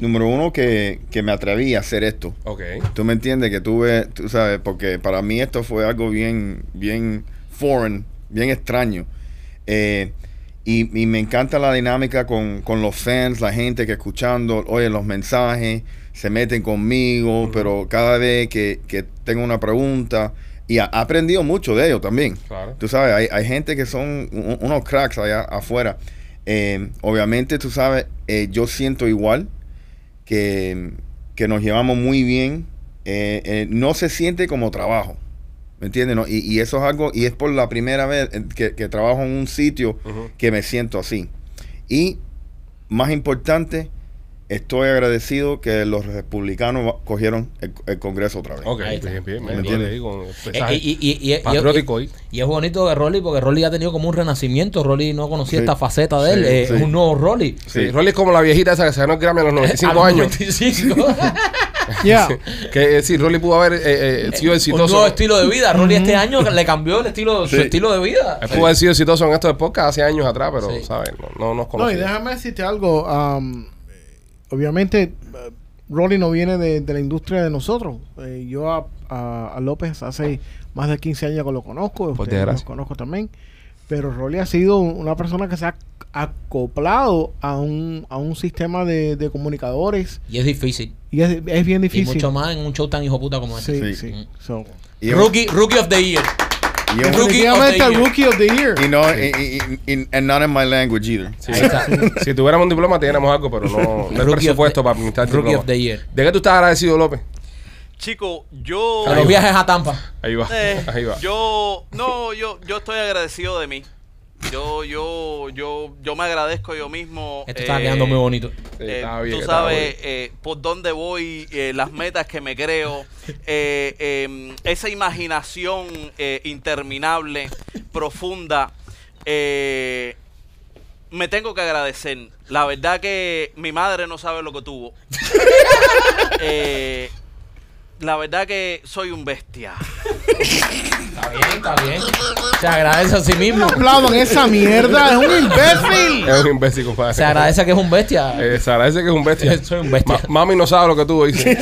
D: número uno, que, que me atreví a hacer esto.
A: ok.
D: Tú me entiendes que tuve, tú sabes, porque para mí esto fue algo bien, bien foreign, bien extraño. Eh, y, y me encanta la dinámica con, con los fans, la gente que escuchando, oye los mensajes, se meten conmigo, pero cada vez que, que tengo una pregunta, y ha- he aprendido mucho de ellos también.
A: Claro.
D: Tú sabes, hay, hay gente que son u- unos cracks allá afuera. Eh, obviamente, tú sabes, eh, yo siento igual que, que nos llevamos muy bien. Eh, eh, no se siente como trabajo. ¿Me entiendes? No, Y, y eso es algo, y es por la primera vez eh, que, que trabajo en un sitio
A: Ujú.
D: que me siento así. Y más importante, estoy agradecido que los republicanos va- cogieron el, el Congreso otra vez.
A: Ok,
B: Ahí está.
A: bien, bien. bien,
B: ¿Me
D: entiendes?
A: ahí con-
B: Eh, y, y- y- y- y-
A: Patriótico
B: y-
A: ahí.
B: y es bonito de Rolly porque Rolly ha tenido como un renacimiento. Rolly no conocía
D: Sí.
B: esta faceta de
D: Sí,
B: él. eh,
D: sí.
B: Es un nuevo Rolly.
A: Sí, Rolly es como la viejita esa que se ganó el Grammy a los 95
B: A los
A: años.
B: 95.
C: Ya.
A: que eh, sí, Rolly pudo haber eh, eh, sido
B: un
A: exitoso.
B: nuevo estilo de vida. Rolly este año le cambió el estilo, su
D: Sí.
B: estilo de vida.
A: Él pudo haber sido exitoso en esto de podcast hace años atrás, pero,
B: Sí.
A: ¿sabes? No, no nos
C: No, y
A: conocemos.
C: déjame decirte algo. am, obviamente, eh, Rolly no viene de, de la industria de nosotros. Eh, yo a, a- a López hace más de 15 años que lo conozco.
B: Pues
A: Por
C: ustedes
A: desgracia.
C: los conozco también. Pero Rolly ha sido un- una persona que se ha acoplado a un, a un sistema de, de comunicadores
B: Y es difícil.
C: y es, es bien
B: Y
C: difícil.
B: mucho más en un show tan hijo puta como este.
C: Sí,
D: Sí.
C: sí.
B: Mm.
C: So,
D: Y es-
B: Rookie, rookie of the Year.
D: y es-
B: Rookie
C: definitivamente
B: of the
C: el
B: year.
C: Rookie of the Year.
D: y no, y- y- y- y- and not in my language either.
A: Sí.
B: Ahí está.
A: Si tuviéramos un diploma, teníamos algo, pero no, no hay
B: Rookie
A: presupuesto
B: of the-
A: para administrar
B: Rookie
A: diploma.
B: of the year.
A: ¿De qué tú estás agradecido, López?
E: Chico, yo.
B: A los viajes a Tampa.
A: Ahí va.
E: Eh,
A: Ahí va.
E: Yo, no, yo, yo estoy agradecido de mí. Yo, yo, yo, yo me agradezco yo mismo.
B: Esto está
E: eh,
B: quedando muy bonito.
A: Sí,
E: eh,
A: estaba bien,
E: tú
A: estaba
E: sabes
A: bien.
E: eh, por dónde voy, eh, las metas que me creo, eh, eh, esa imaginación eh, interminable, profunda. eh, me tengo que agradecer. La verdad que mi madre no sabe lo que tuvo. Eh, la verdad que soy un bestia.
B: Está bien, está bien. Se agradece a sí mismo.
C: Aplaudan esa mierda, es un imbécil.
A: Es un imbécil, compadre.
B: Se agradece que es un bestia.
A: Eh, se agradece que es un bestia.
B: Soy un bestia.
A: Ma- mami no sabe lo que tú dices.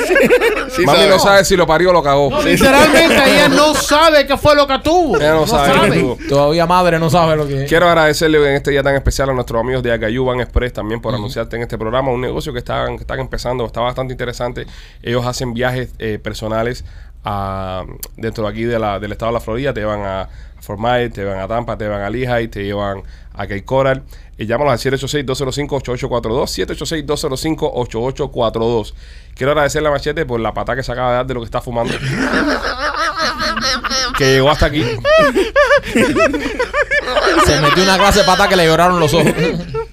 D: Sí,
A: mami
D: sabe.
A: no sabe si lo parió o lo cagó.
C: Literalmente ella no sabe qué fue lo que tuvo.
A: Ella no, sabe. lo que tuvo.
B: Todavía madre no sabe lo que es.
A: Quiero agradecerle en este día tan especial a nuestros amigos de Acayú Van Express también por anunciarte en este programa. Un negocio que están, que están empezando, está bastante interesante. Ellos hacen viajes eh, personales a- dentro de aquí de la- del estado de la Florida. Te van a Formay, te van a Tampa, te van a Lehigh, te llevan a Cape Coral. Y llámalos al 786-205-8842. 786-205-8842. Quiero agradecerle a Machete por la patada que se acaba de dar de lo que está fumando. que llegó hasta aquí.
B: Se metió una clase de pata que le lloraron los ojos.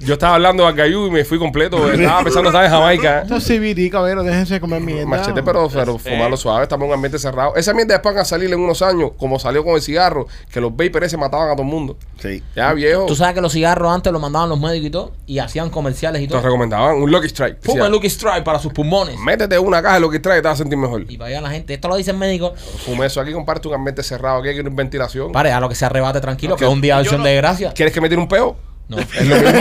A: Yo estaba hablando de Acayú y me fui completo. Estaba pensando estar en Jamaica. ¿eh?
C: Esto es CBD, cabrero, déjense de comer mierda.
A: Machete, pero, pero fumarlo suave, estamos en un ambiente cerrado. Esa mierda después van a salir en unos años, como salió con el cigarro, que los vapers se mataban a todo el mundo.
D: Sí.
A: Ya, viejo.
B: Tú sabes que los cigarros antes los mandaban los médicos y todo. Y hacían comerciales y
A: Te
B: todo.
A: recomendaban un Lucky Strike.
B: Fuma
A: Decía,
B: Lucky Strike para sus pulmones.
A: Métete una caja de Lucky Strike y te vas a sentir mejor.
B: Y para allá la gente. Esto lo dice el médico.
A: Fumé eso aquí, comparte un ambiente cerrado. Aquí hay que ir en ventilación.
B: Pare, a lo que se arrebate tranquilo,
A: Ok.
B: que es un día de
E: Yo
B: acción
E: no-
B: de gracia.
A: ¿Quieres que me tire un peo?
B: No.
A: Es lo mismo.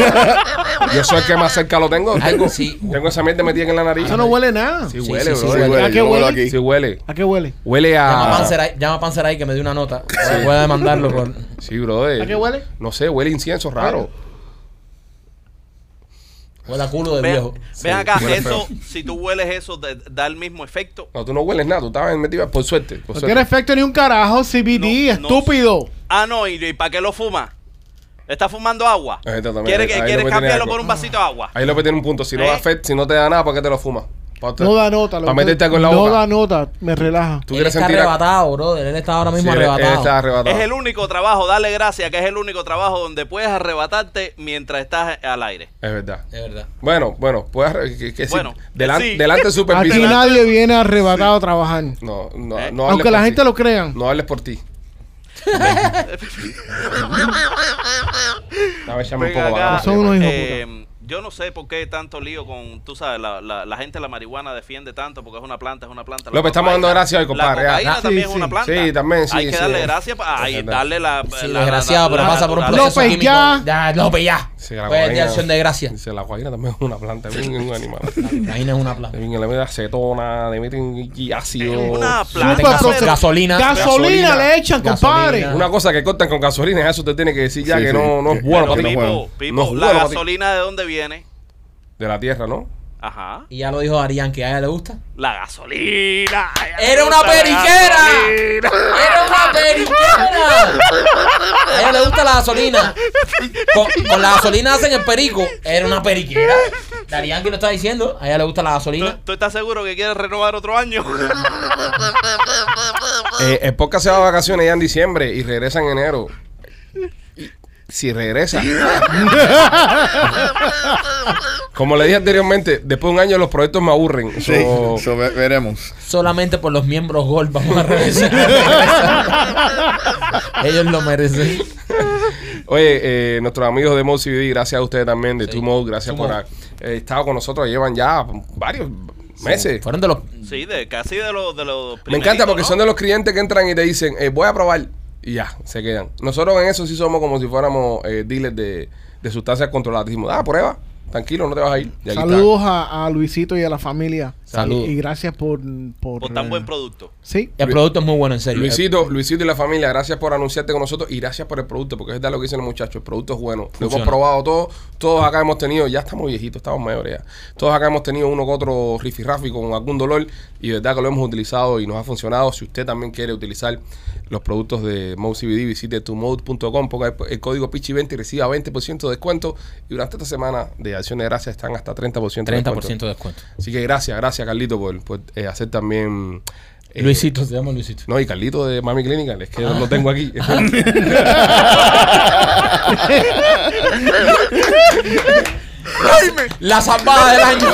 A: Yo soy el que más cerca lo tengo.
B: Ay,
A: Tengo,
B: sí.
A: tengo esa mierda metida en la nariz.
C: Eso no huele a nada.
A: Sí
B: Sí,
A: huele,
B: sí, sí,
A: bro.
B: huele.
A: Sí huele.
D: ¿A Ah, qué huele?
A: Sí huele.
C: ¿A qué huele?
A: Huele
B: Llama a
A: a...
B: Panzer ahí- llama a Panzer ahí que me dio una nota. Voy a demandarlo por.
A: Sí, brother.
C: ¿A qué huele?
A: No sé, huele a incienso raro.
B: Huele a culo de
E: Vean,
B: viejo.
E: vean acá,
A: huele
E: eso, si tú hueles eso, da, da el mismo efecto.
A: No, tú no hueles nada. Tú estabas metido por suerte. Por
C: No tiene
A: suerte.
C: efecto ni un carajo, CBD,
E: No, no.
C: estúpido.
E: Ah, no, ¿y, para qué lo fuma? ¿Está fumando agua?
A: Ahí está también,
E: ¿Quieres,
A: ahí-
E: que,
A: ahí
E: quieres
A: López tiene
E: cambiarlo
A: algo.
E: por un vasito de agua?
A: Ahí lo que tiene un punto. Si no,
E: ¿Eh?
A: da fe- si no te da nada, ¿para qué te lo fumas? Para
C: No da nota.
A: Para meterte algo en la
C: No
A: boca.
C: da nota, me relaja.
A: ¿Tú
B: él
A: quieres
B: está
A: sentir algo?
B: arrebatado, brother. Él está ahora
A: Sí,
B: mismo
A: él- él
B: arrebatado.
A: está arrebatado.
E: Es el único trabajo, dale gracias, que es el único trabajo donde puedes arrebatarte mientras estás al aire.
A: Es verdad.
B: De verdad.
A: Bueno, bueno, puedes arre- que, que sí.
E: Bueno,
A: Delan- delante
E: sí.
A: del
C: Aquí
A: supervisor.
C: nadie viene arrebatado a trabajar.
A: No, no,
E: Eh.
A: no hables
C: Aunque
A: por
C: la
A: ti.
C: gente lo crean.
A: No hables por ti. A ver, échame un
E: Ven
A: poco
E: acá,
A: más.
C: Son unos hijos
E: eh, yo no sé por qué tanto lío con, tú sabes, la, la, la gente de la marihuana defiende tanto porque es una planta, es una planta. La
A: López, estamos
E: cocaína-
A: dando gracias hoy, compadre,
E: La
A: ya.
E: cocaína
A: Ah,
E: también
C: sí,
E: es una
C: sí.
E: planta.
A: Sí, también, sí,
E: Hay que
A: sí.
E: darle gracias, pa- ay,
A: Es verdad.
E: darle la...
B: Sí,
E: Pues la-
B: desgraciado,
E: la-
B: pero
E: la
B: pasa por un
E: naturaleza.
B: proceso
C: López,
B: químico.
C: ya.
B: López, ya.
A: Sí, la
B: Fue el Pues, de
A: cocaína-
B: acción de gracia.
A: Dice, la guaira también es una planta, es un es un animal.
B: Imagina una planta.
A: También le mete acetona, le meten y ácido.
E: Es una
B: La
E: planta.
C: Súper
B: tengo-
E: pero-
C: proceso.
B: gasolina.
C: Pues, Gasolina
A: Gasolina.
C: le echan, compadre.
B: Gasolina.
A: Una cosa que cortan con gasolina, eso te tiene que decir ya
D: Sí,
A: que
D: sí.
A: no, no es
D: Que-
A: bueno para
E: Pero,
A: ti.
D: no juegan.
E: Pipo, Pipo,
A: No es
E: la
A: bueno para ti.
E: gasolina de dónde viene.
A: De la tierra, ¿no?
E: Ajá.
B: Y ya lo dijo Arián que a ella le gusta.
E: La gasolina. ay, ay,
B: ¡Era una
E: puta, la
B: periquera!
E: gasolina.
B: ¡Era una periquera! A ella le gusta la gasolina. Con, con la gasolina hacen el perico. Era una periquera. Darían que lo está diciendo. A ella le gusta la gasolina.
E: ¿Tú, tú estás seguro que quieres renovar otro año?
A: Eh, el podcast se va de vacaciones ya en diciembre y regresa en enero. Y Si regresa. Como le dije anteriormente, después de un año los proyectos me aburren.
D: Sí,
A: So,
D: so ve- veremos.
B: Solamente por los miembros Gold vamos a regresar. Ellos lo merecen.
A: Oye, eh, nuestros amigos de Mode CBD, gracias a ustedes también, de
B: Sí.
A: Two Mode, gracias
B: Two
A: por
B: Mode.
A: haber estado con nosotros. Llevan ya varios meses.
B: Fueron de los.
E: sí, de, casi de los. De los
A: Me encanta porque
E: primeritos,
A: son
E: ¿no?
A: de los clientes que entran y te dicen, eh, voy a probar. Y ya, se quedan. Nosotros en eso sí somos como si fuéramos eh, dealers de, de sustancias controladas. Dijimos, ah, prueba, tranquilo, no te vas a ir. Y aquí está.
C: Saludos a, a Luisito y a la familia.
B: Saludos.
C: Y, y gracias por, por,
E: Por tan
C: eh,
E: buen producto.
C: Sí.
B: El producto es muy bueno, en serio.
A: Luisito, Luisito y la familia, gracias por anunciarte con nosotros y gracias por el producto, porque es verdad lo que dicen los muchachos, el producto es bueno. Lo hemos
B: Funciona.
A: probado todos, todos acá hemos tenido, ya estamos viejitos, estamos mayores ya. Todos acá hemos tenido uno que otro rifirrafi con algún dolor y de verdad que lo hemos utilizado y nos ha funcionado. Si usted también quiere utilizar los productos de Mode CBD, visite tumode.com, ponga el, el código PICHI20 y reciba 20% de descuento. Y durante esta semana de acciones de gracias están hasta 30% de
B: 30%
A: descuento.
B: de descuento.
A: Así que gracias, gracias Carlito por, por, eh, hacer también... eh,
B: Luisito, se llama Luisito.
A: no, y Carlito de Mami Clínica, es que no lo tengo aquí.
B: La salvada del año.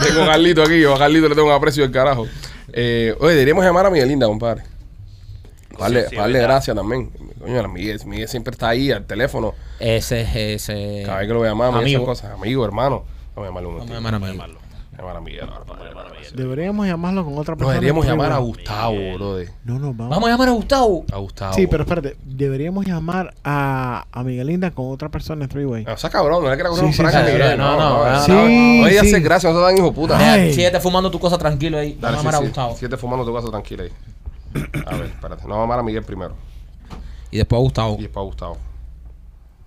A: Que tengo a Carlito aquí, yo a Carlito le tengo aprecio del carajo. Eh, oye, deberíamos llamar a Miguelinda, compadre. Vale,
E: sí,
A: vale,
E: ¿verdad?
A: gracias también. Coño, la Miguel, Miguel siempre está ahí al teléfono.
B: Ese es ese.
A: Cada vez que lo llamamos, y esas
B: Amigo.
A: cosas. Amigo, hermano. Vamos a llamarle un
B: Vamos a
A: momento.
B: llamar a Miguel.
A: Llamar a Miguel. ahora, para llamar a Miguel.
C: Deberíamos llamarlo con otra
A: No,
C: persona.
A: deberíamos
C: Pero-
A: llamar a Gustavo, brother.
C: No, no, vamos.
B: Vamos a llamar a Gustavo.
A: A Gustavo.
C: Sí, pero espérate. Deberíamos llamar a, a Miguelinda con otra persona en Freeway.
A: Ah, O sea, cabrón, no le quiero coger
C: Sí,
A: un
C: sí,
A: franco a
B: sí,
A: Miguel.
B: sí, no, no, no,
C: no, no.
A: Oye, ya
C: Sí,
A: sé,
C: sí.
A: gracias, no sean hijo de puta.
C: Ay.
B: Sigue fumando tu cosa tranquilo ahí. Vamos a
A: Dale,
B: llamar a
A: sí, sí.
B: Gustavo.
A: Siete fumando tu casa tranquila ahí. A ver, espérate. No, vamos a llamar a Miguel primero.
B: Y después a Gustavo.
A: Y es para Gustavo.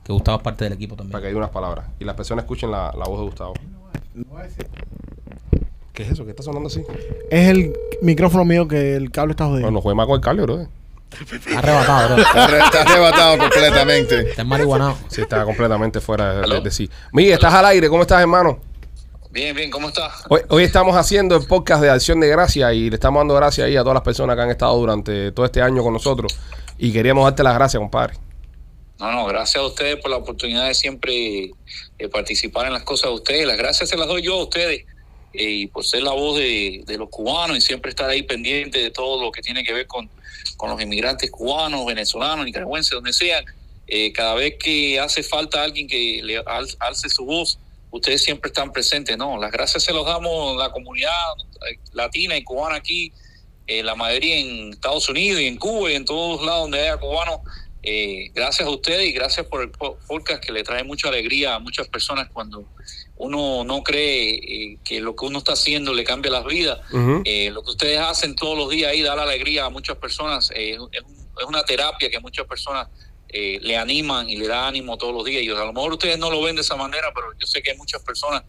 B: Que Gustavo es parte del equipo
A: Para que
B: también.
A: haya unas palabras. Y las personas escuchen la, la voz de Gustavo. ¿Qué es eso? ¿Qué está sonando así?
C: Es el micrófono mío que el cable está jodido.
A: Bueno, juega más con el cable, bro.
B: Arrebatado, bro.
D: Está, re- está arrebatado completamente.
B: Está marihuanado.
A: Sí, está completamente fuera de,
G: ¿Aló?
A: de- de sí. Miguel, estás al aire. ¿Cómo estás, hermano?
G: Bien, bien, ¿cómo estás?
A: Hoy, hoy estamos haciendo el podcast de Acción de Gracia y le estamos dando gracias ahí a todas las personas que han estado durante todo este año con nosotros. Y queríamos darte las gracias, compadre.
G: No, no, gracias a ustedes por la oportunidad de siempre eh, participar en las cosas de ustedes. Las gracias se las doy yo a ustedes eh, y por ser la voz de, de los cubanos y siempre estar ahí pendiente de todo lo que tiene que ver con, con los inmigrantes cubanos, venezolanos, nicaragüenses, donde sean. Eh, cada vez que hace falta alguien que le al- alce su voz, ustedes siempre están presentes. No, las gracias se los damos la comunidad eh, latina y cubana aquí eh, la mayoría en Estados Unidos y en Cuba y en todos lados donde haya cubanos, Eh, gracias a ustedes y gracias por el po- podcast que le trae mucha alegría a muchas personas cuando uno no cree eh, que lo que uno está haciendo le cambia las vidas.
A: Ujú.
G: Eh, lo que ustedes hacen todos los días ahí da la alegría a muchas personas. eh, es, un- es una terapia que muchas personas eh, le animan y le da ánimo todos los días. Y a lo mejor ustedes no lo ven de esa manera, pero yo sé que hay muchas personas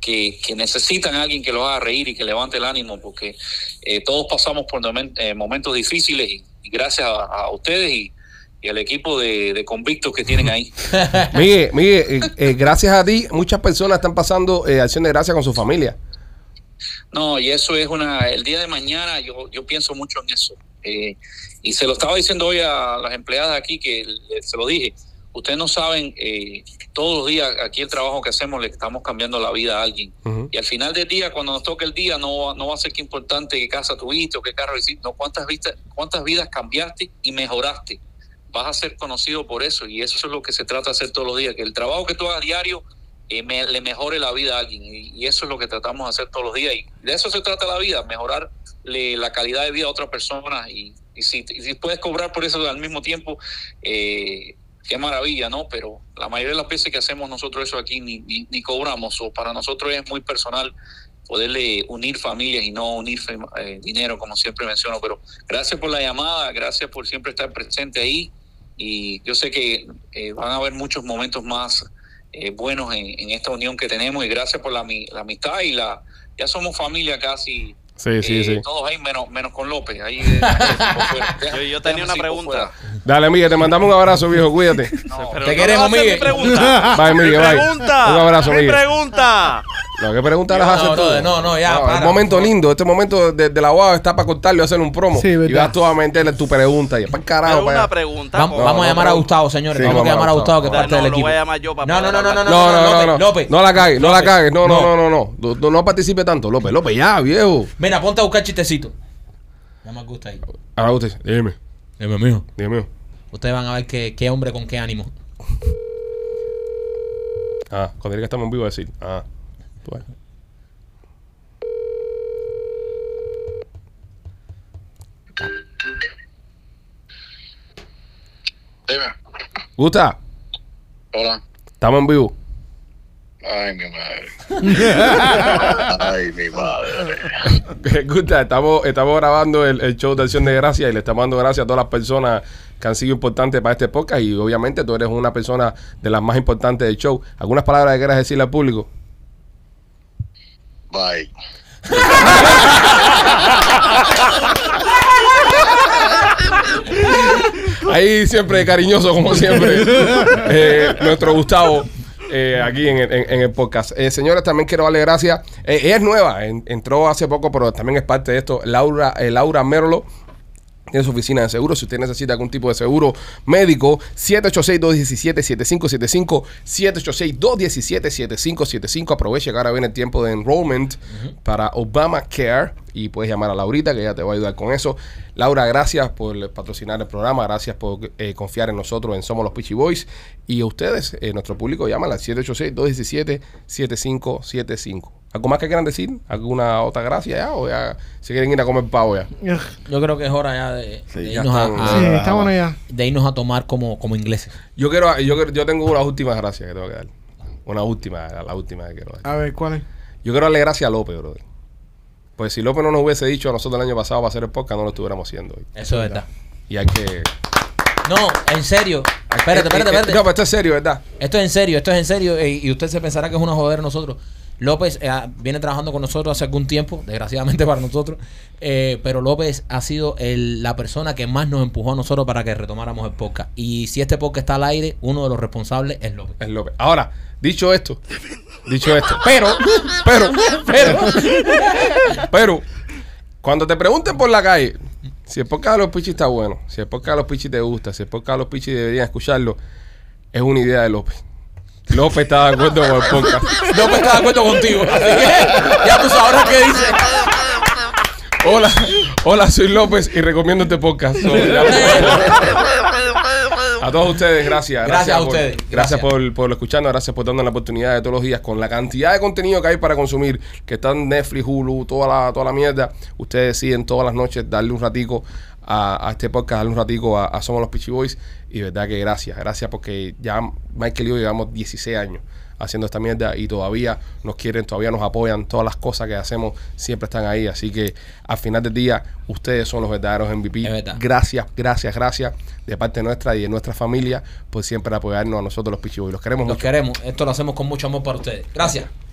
G: que, que necesitan a alguien que los haga reír y que levante el ánimo, porque eh, todos pasamos por momen- eh, momentos difíciles y, y gracias a, a ustedes y, y al equipo de, de convictos que tienen ahí.
A: Miguel, Miguel, eh, eh, gracias a ti, muchas personas están pasando eh, acción de gracia con su familia.
G: No, y eso es una. El día de mañana yo, yo pienso mucho en eso. Eh, y se lo estaba diciendo hoy a las empleadas aquí, que le- se lo dije. Ustedes no saben, eh, todos los días aquí el trabajo que hacemos le estamos cambiando la vida a alguien.
A: Ujú.
G: Y al final del día, cuando nos toque el día, no, va- no va a ser que importante qué casa tuviste o qué carro hiciste, no, cuántas, vistas, cuántas vidas cambiaste y mejoraste. Vas a ser conocido por eso y eso es lo que se trata de hacer todos los días, que el trabajo que tú hagas diario eh, me- le mejore la vida a alguien y, y eso es lo que tratamos de hacer todos los días y de eso se trata la vida, mejorar la calidad de vida a otras personas y, y si, y si puedes cobrar por eso al mismo tiempo, eh, qué maravilla, ¿no? Pero la mayoría de las veces que hacemos nosotros eso aquí ni, ni, ni cobramos, o para nosotros es muy personal poderle unir familias y no unir fam- eh, dinero, como siempre menciono. Pero gracias por la llamada, gracias por siempre estar presente ahí. Y yo sé que eh, van a haber muchos momentos más eh, buenos en, en esta unión que tenemos. Y gracias por la, ami- la amistad y la. Ya somos familia casi.
A: Sí, sí,
G: eh,
A: sí.
G: Todos ahí, menos, menos con López. Ahí, eh, déjame-
E: Yo- yo tenía
G: déjame
E: una
G: cinco
E: pregunta.
G: fuera.
A: Dale, Miguel, te mandamos un abrazo, viejo, cuídate.
G: No,
E: Pero
B: Te
E: no
B: queremos,
E: me
B: Miguel.
E: haces mi pregunta.
A: Bye,
E: Mi
A: Miguel, bye.
E: pregunta.
A: Un abrazo,
E: Mi
A: Miguel.
E: pregunta.
A: No, ¿qué preguntas las
B: No,
A: haces tú?
B: brother, no, no, ya, para,
A: un momento
B: por favor.
A: lindo. Este momento de, de la guava está para cortarlo y hacer un promo.
C: Sí, verdad.
A: y vas tú a meter tu pregunta. Y para el
E: Pero
A: carajo, para
E: una
A: allá.
E: pregunta.
B: Vamos,
E: por-
B: vamos a
A: no,
B: llamar a
A: pero-
B: Gustavo, señores.
D: Sí,
B: Tenemos
A: vamos
B: que
A: a
B: llamar a Gustavo, que es
E: No,
B: parte
E: no,
B: del
E: lo
B: equipo.
E: voy a llamar yo para
B: No, no,
E: poder
B: no, no, no,
E: hablar.
B: no,
A: No, no, no, no, no,
B: López,
A: no la cagues, no la
B: López,
A: cagues, no, no,
B: no.
A: no, no, no, no, no, no participe tanto, López, López, ya, viejo.
B: Mira, ponte a buscar chistecito. Ya me gusta ahí.
A: Ahora Ah, usted, dime,
B: Dime, mijo.
A: dime.
B: Ustedes van a ver qué, qué hombre con qué ánimo.
A: Ah, cuando diga que estamos en vivo, va a decir, ah, bueno.
G: Dime.
A: Gusta,
G: Hola.
A: estamos en vivo.
G: Ay, mi madre. Ay, mi madre.
A: Gusta, estamos, estamos grabando el, el show de Acción de Gracias y le estamos dando gracias a todas las personas que han sido importantes para este podcast y obviamente tú eres una persona de las más importantes del show. ¿Algunas palabras que quieras decirle al público?
G: Bye.
A: Ahí siempre cariñoso, como siempre. Eh, nuestro Gustavo. eh, aquí en, el- en- en el podcast. Eh, señores, también quiero darle gracias. Eh, ella es nueva, en- entró hace poco, pero también es parte de esto. Laura, eh, Laura Merlo, tiene su oficina de seguro. Si usted necesita algún tipo de seguro médico, 786-217-7575. 786-217-7575. Aproveche que ahora viene el tiempo de enrollment para Obamacare. Y puedes llamar a Laurita, que ella te va a ayudar con eso. Laura, gracias por patrocinar el programa. Gracias por eh, confiar en nosotros en Somos los Pitchy Boys. Y a ustedes, eh, nuestro público, llaman al 786-217-7575. ¿Algo más que quieran decir? ¿Alguna otra gracia ya? ¿O ya se quieren ir a comer pavo ya?
C: Ugh.
B: Yo creo que es hora ya de,
D: Sí,
B: de
D: ya
B: irnos,
A: están.
B: a,
C: sí,
B: a-
D: Ah,
C: está bueno ya.
B: de irnos a tomar como, como ingleses.
A: Yo quiero, yo quiero- yo tengo unas últimas gracias que tengo que dar. Una última, la última que quiero dar.
C: A ver, ¿cuál es?
A: Yo quiero darle gracias a López, brother. Pues si López no nos hubiese dicho a nosotros el año pasado para hacer el podcast, no lo estuviéramos haciendo hoy.
B: Eso es verdad.
A: Y hay que.
B: No, en serio. Espérate,
A: Eh, eh,
B: espérate,
A: eh,
B: espérate.
A: No, pero esto es serio, ¿verdad?
B: Esto es en serio, esto es en serio. eh, Y usted se pensará que es una jodera nosotros. López eh, viene trabajando con nosotros hace algún tiempo, desgraciadamente para nosotros. eh, pero López ha sido el- la persona que más nos empujó a nosotros para que retomáramos el podcast. Y si este podcast está al aire, uno de los responsables es López.
A: Es López. Ahora, dicho esto, dicho esto, pero, pero, pero, pero, cuando te pregunten por la calle, si el podcast de los pichis está bueno, si el podcast de los pichis te gusta, si el podcast de los pichis deberían escucharlo, es una idea de López. López está de acuerdo con el podcast.
B: López está de acuerdo contigo. Así que ya tú sabrás qué dice.
A: Hola, hola, soy López y recomiendo este podcast. So, ya lo saben. a todos ustedes, gracias.
B: Gracias a
A: por-
B: ustedes,
A: Gracias,
B: gracias.
A: por, por escucharnos, gracias por darnos la oportunidad de todos los días con la cantidad de contenido que hay para consumir, que están Netflix, Hulu, toda la, toda la mierda. Ustedes deciden todas las noches darle un ratico a, a este podcast, darle un ratico a, a Somos los Pitchy Boys. Y de verdad que gracias, gracias porque ya Michael y yo llevamos 16 años haciendo esta mierda y todavía nos quieren, todavía nos apoyan, todas las cosas que hacemos siempre están ahí, así que al final del día ustedes son los verdaderos MVP.
B: Es verdad.
A: Gracias, gracias, gracias de parte nuestra y de nuestra familia por siempre apoyarnos a nosotros los Pichiboy. Los queremos
B: Los
A: mucho.
B: queremos. Esto lo hacemos con mucho amor para ustedes. Gracias.